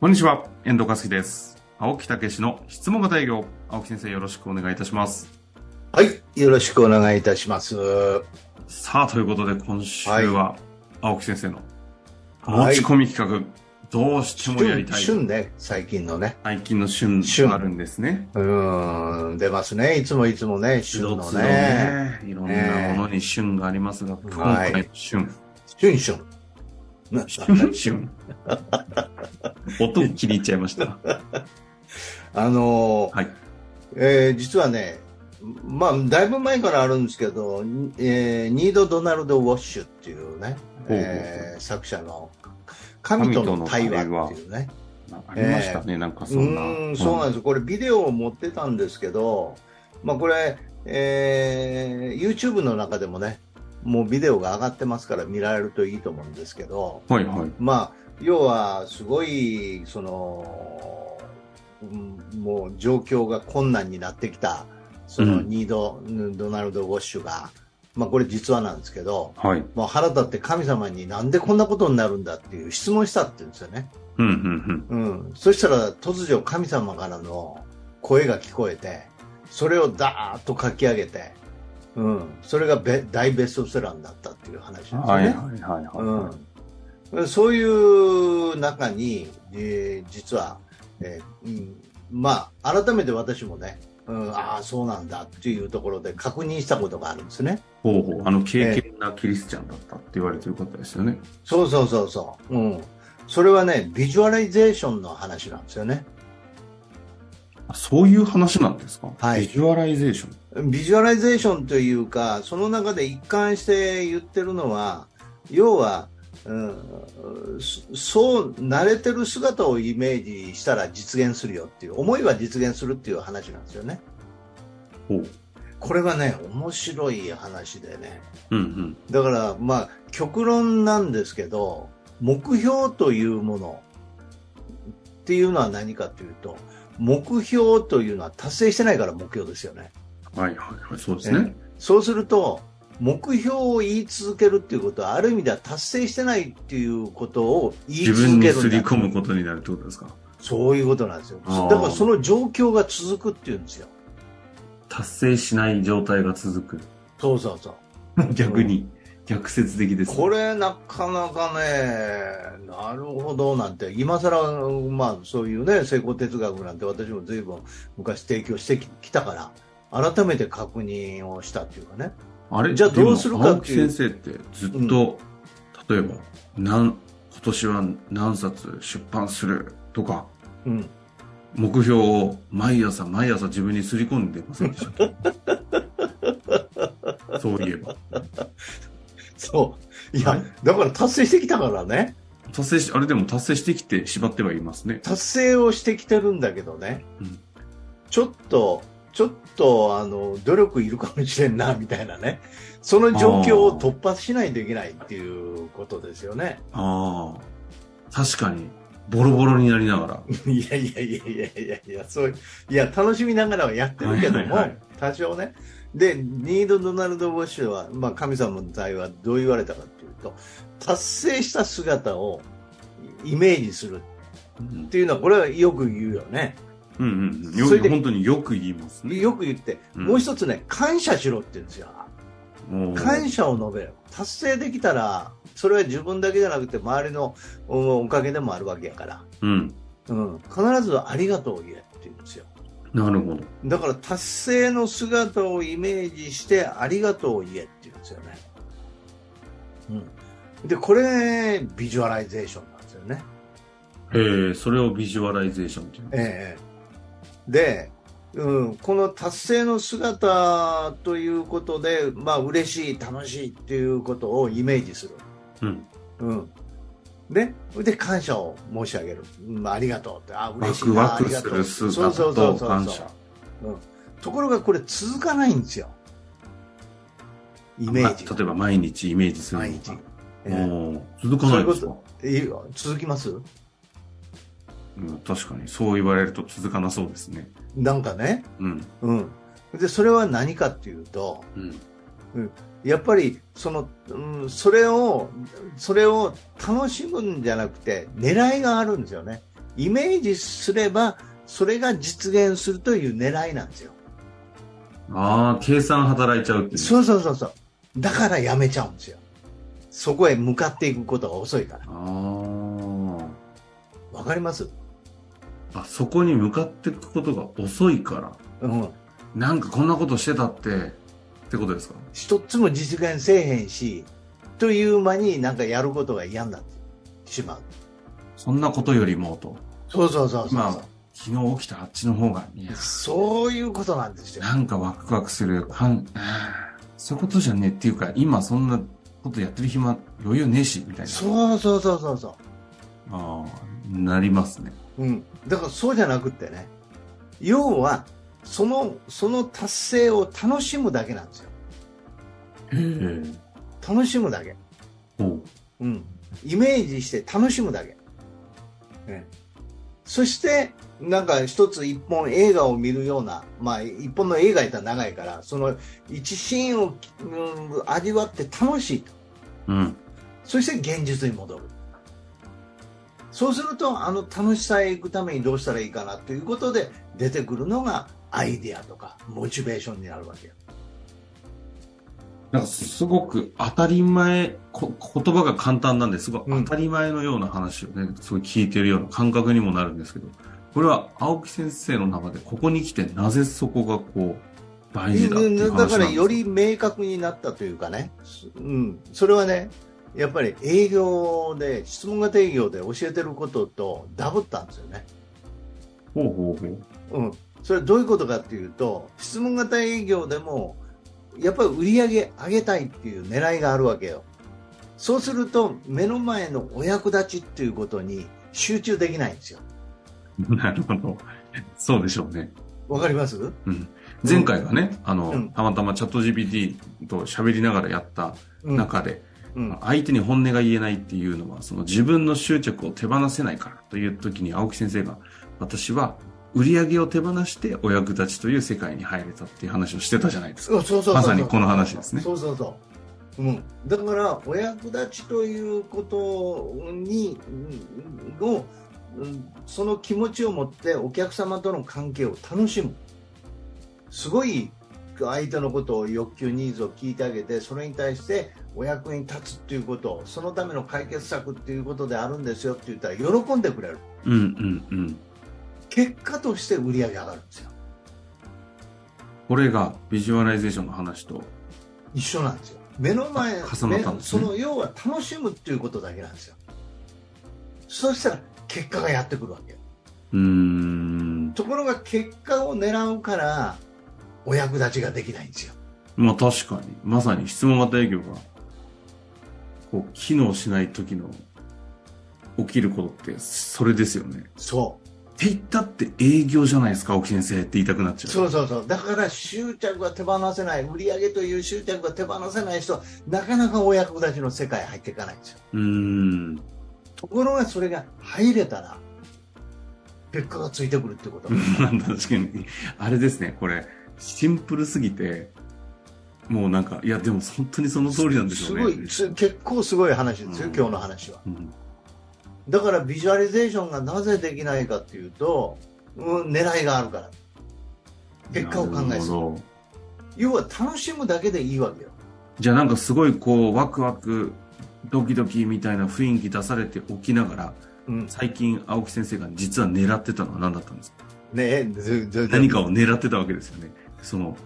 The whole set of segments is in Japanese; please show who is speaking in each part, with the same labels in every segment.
Speaker 1: こんにちは、遠藤和樹です。青木武の質問型営業。青木先生、よろしくお願いいたします。
Speaker 2: はい、よろしくお願いいたします。は
Speaker 1: さあ、ということで、今週は、青木先生の持ち込み企画、どうしてもやりたい。
Speaker 2: 旬ね、最近のね。
Speaker 1: 最近の旬
Speaker 2: 旬
Speaker 1: あるんですね。
Speaker 2: うーん、出ますね。いつもいつもね、旬
Speaker 1: 都
Speaker 2: の
Speaker 1: 度
Speaker 2: ね。
Speaker 1: ね、いろんなものに旬がありますが、今回の旬、
Speaker 2: 旬旬。
Speaker 1: 旬、 旬。音気に入っちゃいました。
Speaker 2: あのー、
Speaker 1: はい。
Speaker 2: えー実はね、まあ、だいぶ前からあるんですけど、えーニード・ドナルド・ウォッシュっていうね、
Speaker 1: ほうほうほう
Speaker 2: えー作者の神との対話っていうね。
Speaker 1: ありましたね、なんかそんな。
Speaker 2: うーんそうなんです、これ、ビデオを持ってたんですけど、まあ、これ、えー YouTube の中でもね、もうビデオが上がってますから見られるといいと思うんですけど、
Speaker 1: はいはい。
Speaker 2: まあ、要は、すごい、その、うんもう状況が困難になってきた、そうの
Speaker 1: ん
Speaker 2: ニード、ドナルド・ウォッシュが、まあ、これ実話なんですけど、
Speaker 1: はい。
Speaker 2: もう腹立って神様になんでこんなことになるんだっていう質問したって言うんですよね。
Speaker 1: うんうん
Speaker 2: うん、そしたら突如神様からの声が聞こえてそれをダーッと書き上げて、うん、それがべ大ベストセラーになったっていう話です
Speaker 1: うん。
Speaker 2: よ
Speaker 1: はいはい
Speaker 2: ね
Speaker 1: はいはいは
Speaker 2: うん。そういう中に、えー実は、えーうん、まあ改めて私もね、うん、ああそうなんだっていうところで確認したことがあるんですね。
Speaker 1: い。ほうほう。あの、敬虔なキリスチャンだったって言われてる方ですよね。
Speaker 2: そうそうそうそう、うん、それはねビジュアライゼーションの話なんですよね。
Speaker 1: あそういう話なんですか
Speaker 2: はい
Speaker 1: ビジュアライゼーション。
Speaker 2: ビジュアライゼーションというか、その中で一貫して言ってるのは、要は、うん、そそう慣れてる姿をイメージしたら実現するよっていう、思いは実現するっていう話なんですよね。
Speaker 1: ほう。
Speaker 2: これがね、面白い話でね。
Speaker 1: うんうん。
Speaker 2: だから、まあ、極論なんですけど、目標というものっていうのは何かというと、目標というのは達成してないから目標ですよね。
Speaker 1: はいはいはい。そうですね。
Speaker 2: そうすると、目標を言い続けるっていうことは、ある意味では達成してないっていうことを言い
Speaker 1: 自分
Speaker 2: 続
Speaker 1: に
Speaker 2: け
Speaker 1: すり
Speaker 2: るん
Speaker 1: 込
Speaker 2: だ。
Speaker 1: むことになるってことですか
Speaker 2: そういうことなんですよ。
Speaker 1: あー
Speaker 2: だからその状況が続くっていうんですよ。
Speaker 1: 達成しない状態が続く。
Speaker 2: そうそうそ う。
Speaker 1: 逆に。逆説的ですね。
Speaker 2: これなかなかね、なるほどなんて、今更、まあそういうね、成功哲学なんて私も随分昔提供してききたから、改めて確認をしたっていうかね。
Speaker 1: あれ
Speaker 2: じゃあどうするか
Speaker 1: でも青
Speaker 2: っ
Speaker 1: 木
Speaker 2: ていう
Speaker 1: 先生ってずっと、例えば、なん、今年は何冊出版するとか、
Speaker 2: うん。
Speaker 1: 目標を毎朝毎朝自分にすり込んでません でしたっけそういえば。
Speaker 2: そう。い
Speaker 1: は
Speaker 2: や
Speaker 1: い、
Speaker 2: だから達成してきたからね。
Speaker 1: 達成し、あれでも達成してきて縛ってはいますね。
Speaker 2: 達成をしてきてるんだけどね、
Speaker 1: うん
Speaker 2: ちょっと、ちょっとあの努力いるかもしれんなみたいなね、その状況を突破しないといけないっていうことですよね。
Speaker 1: ああ。確かに、ボロボロになりながら。
Speaker 2: いやいやいやいやいやいや、そういや、楽しみながらはやってるけども、
Speaker 1: はいはいはい
Speaker 2: 多少ね。で、ニード・ドナルド・ウォッシュは、まあ、神様の対話、どう言われたかっていうと、達成した姿をイメージする
Speaker 1: うん
Speaker 2: っ、ていうのは、これはよく言うよね。
Speaker 1: うん、うん。よ
Speaker 2: それ
Speaker 1: く、
Speaker 2: で
Speaker 1: 本当によく言いますね。
Speaker 2: よく言って、
Speaker 1: うん
Speaker 2: もう一つね、感謝しろって言うんですよ。
Speaker 1: おー
Speaker 2: 感謝を述べよ。達成できたら、それは自分だけじゃなくて、周りのうんおかげでもあるわけやから、
Speaker 1: うん。
Speaker 2: うん、必ずありがとうを言えって言うんですよ。
Speaker 1: なるほど。
Speaker 2: だから、達成の姿をイメージして、ありがとうを言えって言うんですよね。うん、で、これ、ビジュアライゼーションなんですよね。
Speaker 1: えー、それをビジュアライゼーションっていう。
Speaker 2: ええで、うん、この達成の姿ということで、まあ嬉しい、楽しいっていうことをイメージする。
Speaker 1: うん。
Speaker 2: うん、で、で感謝を申し上げる。うん、ありがとうって、あ、嬉
Speaker 1: ワ
Speaker 2: しい
Speaker 1: ク
Speaker 2: な、
Speaker 1: ワ
Speaker 2: あ
Speaker 1: ク
Speaker 2: りが
Speaker 1: す
Speaker 2: と
Speaker 1: る
Speaker 2: う。
Speaker 1: 姿と感謝。
Speaker 2: ところがこれ続かないんですよ。イメージが。
Speaker 1: まあ例えば毎日イメージする
Speaker 2: 毎
Speaker 1: の
Speaker 2: 日
Speaker 1: か。。
Speaker 2: ええ
Speaker 1: おー続かないんです
Speaker 2: そう
Speaker 1: か
Speaker 2: いういいよ続きます
Speaker 1: うん、確かにそう言われると続かなそうですね
Speaker 2: なんかね。
Speaker 1: うん
Speaker 2: うん。で、それは何かっていうと、
Speaker 1: うん
Speaker 2: やっぱりその、うん、それをそれを楽しむんじゃなくて狙いがあるんですよねイメージすれば、それが実現するという狙いなんですよ。
Speaker 1: ああ、計算働いちゃうっていう。
Speaker 2: そうそうそうそう。だからやめちゃうんですよ。そこへ向かっていくことが遅いから。
Speaker 1: あ
Speaker 2: わかります
Speaker 1: あ。あ、そこに向かっていくことが遅いから。
Speaker 2: うん。
Speaker 1: なんかこんなことしてたって、ってことですか
Speaker 2: 一つも実現せえへんし、という間になんかやることが嫌になってしまう。
Speaker 1: そんなことよりもと。
Speaker 2: そうそうそうそう。
Speaker 1: まあ、昨日起きたあっちの方が、いや、
Speaker 2: そういうことなんですよ。
Speaker 1: なんかワクワクする、かん、あーそういうことじゃねえっていうか、今そんなことやってる暇余裕ねえし、みたいな。
Speaker 2: そうそうそうそうそ
Speaker 1: ああ、なりますね。
Speaker 2: う。うん。だからそうじゃなくってね。要は、その、その達成を楽しむだけなんですよ。
Speaker 1: へえ。
Speaker 2: 楽しむだけ。
Speaker 1: おう
Speaker 2: うん。イメージして楽しむだけ。ね、そして、なんか一つ一本映画を見るような、まあ一本の映画やったら長いから、その一シーンを、うん、味わって楽しいと。
Speaker 1: うん。
Speaker 2: そして現実に戻る。そうすると、あの楽しさへ行くためにどうしたらいいかなということで出てくるのがアイデアとかモチベーションになるわけよ。
Speaker 1: なんかすごく当たり前、こ言葉が簡単なんですごい
Speaker 2: うん
Speaker 1: 当たり前のような話をね、すごい聞いてるような感覚にもなるんですけど、これは青木先生の中でここに来てなぜそこがこう、大事だっていう話なん
Speaker 2: だ
Speaker 1: です
Speaker 2: か
Speaker 1: から
Speaker 2: より明確になったというかね、うん、それはね、やっぱり営業で、質問型営業で教えてることとダブったんですよね。
Speaker 1: ほうほうほう。
Speaker 2: うん、それはどういうことかっていうと、質問型営業でも、やっぱり売り上げ上げたいっていう狙いがあるわけよ。そうすると、目の前のお役立ちっていうことに集中できないんですよ。
Speaker 1: なるほど。そうでしょうね。
Speaker 2: わかります
Speaker 1: 前回はね、あの、
Speaker 2: うん
Speaker 1: たまたまチャット GPT と喋りながらやった
Speaker 2: うん
Speaker 1: 中で、
Speaker 2: うん。
Speaker 1: 相手に本音が言えないっていうのは、その自分の執着を手放せないからという時に青木先生が、私は売り上げを手放してお役立ちという世界に入れたっていう話をしてたじゃないですか。
Speaker 2: そうそうそうそう
Speaker 1: まさにこの話ですね
Speaker 2: そうそうそう。うん、だから、お役立ちということに、うんを、うんその気持ちを持ってお客様との関係を楽しむ。すごい相手のことを欲求、ニーズを聞いてあげて、それに対してお役に立つっていうこと、そのための解決策っていうことであるんですよって言ったら喜んでくれる。
Speaker 1: うんうんうん。
Speaker 2: 結果として売り上げ上がるんですよ。
Speaker 1: これがビジュアライゼーションの話と、
Speaker 2: 一緒なんですよ目の前
Speaker 1: あ重なったん
Speaker 2: 目
Speaker 1: です
Speaker 2: そ
Speaker 1: ね
Speaker 2: の要は楽しむっていうことだけなんですよそしたら結果がやってくるわけよ
Speaker 1: うーん。
Speaker 2: ところが結果を狙うからお役立ちができないんですよ
Speaker 1: まあ確かに、まさに質問型営業が、こう、機能しない時の起きることって、それですよね。
Speaker 2: そう
Speaker 1: って言ったって営業じゃないですか、青木先生って言いたくなっちゃう。
Speaker 2: そうそうそうだから執着が手放せない売り上げという執着が手放せない人はなかなかお役立ちの世界入っていかないんですよ
Speaker 1: うーん。
Speaker 2: ところがそれが入れたら結果がついてくるってこと
Speaker 1: なんだ確かに。あれですね、これ、シンプルすぎて、もうなんか、いや、でも本当に その通りなんでしょうね。
Speaker 2: すごいす結構すごい話ですよ、
Speaker 1: うん
Speaker 2: 今日の話は
Speaker 1: うん
Speaker 2: だからビジュアリゼーションがなぜできないかっていうと、うん、狙いがあるから結果を考
Speaker 1: な
Speaker 2: え
Speaker 1: る
Speaker 2: す
Speaker 1: ほ
Speaker 2: ぎ
Speaker 1: ど
Speaker 2: 要は楽しむだけでいいわけよ
Speaker 1: じゃあなんかすごいこう、ワクワク、ドキドキみたいな雰囲気出されておきながら、
Speaker 2: うん
Speaker 1: 最近青木先生が実は狙ってたのは何だったんですか
Speaker 2: ねずず
Speaker 1: 何かを狙ってたわけですよね。その、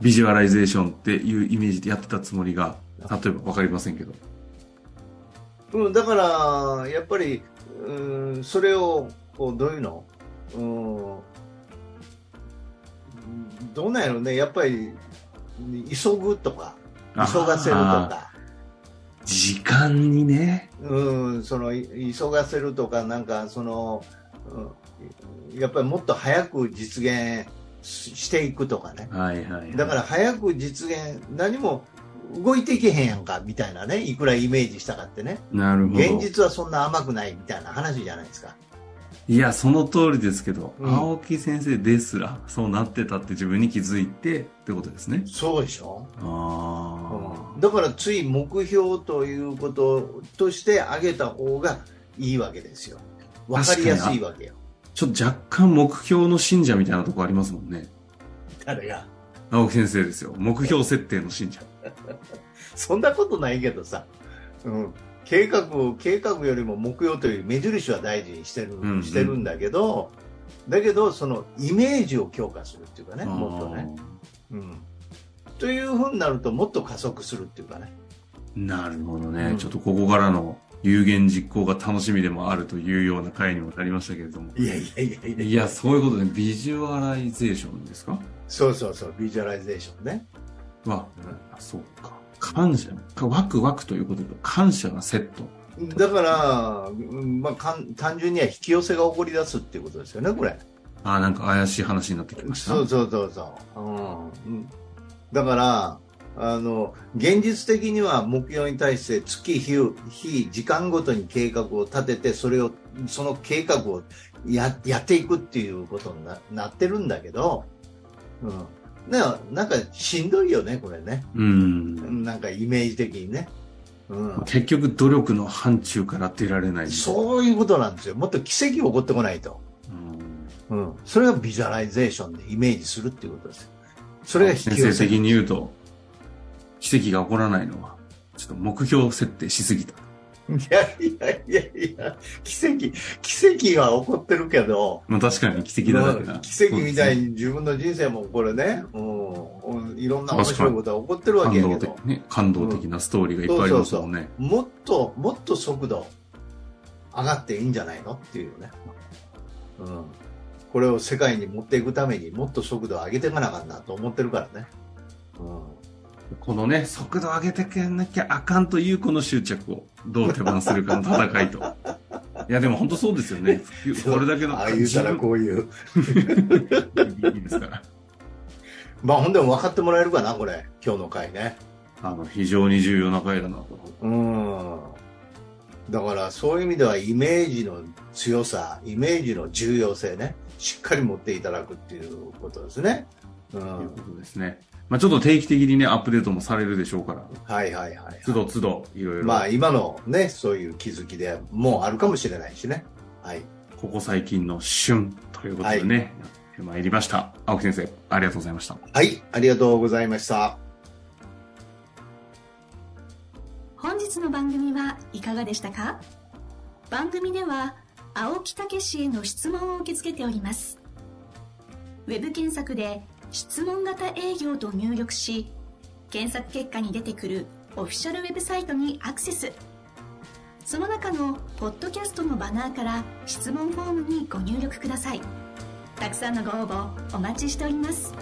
Speaker 1: ビジュアライゼーションっていうイメージでやってたつもりが、例えばわかりませんけど。
Speaker 2: うん、だからやっぱり、うん、それをこうどういうの、うん、どうなんやろうねやっぱり急ぐとか急がせると
Speaker 1: あー
Speaker 2: か
Speaker 1: 時間にね。
Speaker 2: うん、そのい急がせるとか、なんかその、うん、やっぱりもっと早く実現ししていくとかね、
Speaker 1: はいはい、はい。
Speaker 2: だから早く実現、何も動いていけへんやんかみたいなね、いくらイメージしたかってね、
Speaker 1: なるほど。
Speaker 2: 現実はそんな甘くないみたいな話じゃないですか。
Speaker 1: いや、その通りですけど、
Speaker 2: うん
Speaker 1: 青木先生ですら、そうなってたって自分に気づいてってことですね。
Speaker 2: そうでしょ
Speaker 1: あ
Speaker 2: だからつい目標ということとして挙げた方がいいわけですよ。
Speaker 1: あ、
Speaker 2: 分かりやすいわけよ。
Speaker 1: ちょっと若干目標の信者みたいなとこありますもんね。
Speaker 2: 誰が。
Speaker 1: 青木先生ですよ。目標設定の信者。
Speaker 2: そんなことないけどさ、うん、計画を計画よりも目標という目印は大事にしてる,、
Speaker 1: んうん
Speaker 2: してるんだけどだけどそのイメージを強化するっていうかね
Speaker 1: あー
Speaker 2: もっとね、うん。というふうになるともっと加速するっていうかね
Speaker 1: なるほどね、
Speaker 2: うん
Speaker 1: ちょっとここからの有言実行が楽しみでもあるというような回にもなりましたけれども。
Speaker 2: いやいやいやいや
Speaker 1: いや、そういうことね。ビジュアライゼーションですか
Speaker 2: そうそうそうビジュアライゼーションね、
Speaker 1: は、あそうか。感謝か、ワクワクということと感謝がセット。
Speaker 2: うん、だから、うんまあ、かん単純には引き寄せが起こり出すっていうことですよねこれ
Speaker 1: あーなんか怪しい話になってきました。
Speaker 2: そうそうそうそう、うんうん、だからあの現実的には目標に対して月日を日時間ごとに計画を立ててそれをその計画をややっていくっていうことにななってるんだけど、うん、ななんかしんどいよねこれね
Speaker 1: うん。
Speaker 2: なんかイメージ的にね、うん、
Speaker 1: 結局努力の範疇から出られない。
Speaker 2: そういうことなんですよもっと奇跡起こってこないと、
Speaker 1: うん。
Speaker 2: うん、それがビジュアライゼーションでイメージするっていうことですよそれが引き寄
Speaker 1: 先
Speaker 2: せ
Speaker 1: 生的に言うと、奇跡が起こらないのは、ちょっと目標設定しすぎた。
Speaker 2: いやいやいやいや、奇跡、奇跡は起こってるけど、
Speaker 1: まあ確かに奇跡だらけ
Speaker 2: まあ
Speaker 1: な。
Speaker 2: 奇跡みたい
Speaker 1: に。
Speaker 2: に自分の人生もこれね、うんうんいろんな面白いことが起こってるわけ
Speaker 1: 感
Speaker 2: や
Speaker 1: 動
Speaker 2: け
Speaker 1: 的
Speaker 2: ど、
Speaker 1: ね。感動的なストーリーがいっぱいありますもんね。
Speaker 2: もっと、もっと速度上がっていいんじゃないのっていうね。うん。これを世界に持っていくためにもっと速度を上げていかなあかんなと思ってるからね。う
Speaker 1: このね、速度上げてけなきゃあかんというこの執着をどう手放するかの戦いと。いや、でも本当そうですよ ね。これだけ
Speaker 2: ん。
Speaker 1: の
Speaker 2: ああいうたらこういう。
Speaker 1: いいですから。
Speaker 2: まあほんでも分かってもらえるかな、これ。今日の回ね。
Speaker 1: あの、非常に重要な回だなと。
Speaker 2: うんだからそういう意味ではイメージの強さ、イメージの重要性ね、しっかり持っていただくっていうことですね。
Speaker 1: と
Speaker 2: う、
Speaker 1: いうんことですね。まあちょっと定期的にね、アップデートもされるでしょうから、
Speaker 2: はいはいはい。
Speaker 1: 都度都度いろいろ、
Speaker 2: まあ今のね、そういう気づきでもうあるかもしれないしね。はい。
Speaker 1: ここ最近の旬ということでね、やってまいりました。青木先生、ありがとうございました。
Speaker 2: はい、ありがとうございました。
Speaker 3: 本日の番組はいかがでしたか番組では青木武氏への質問を受け付けておりますウェブ検索で「質問型営業」と入力し検索結果に出てくるオフィシャルウェブサイトにアクセスその中のポッドキャストのバナーから質問フォームにご入力くださいたくさんのご応募お待ちしております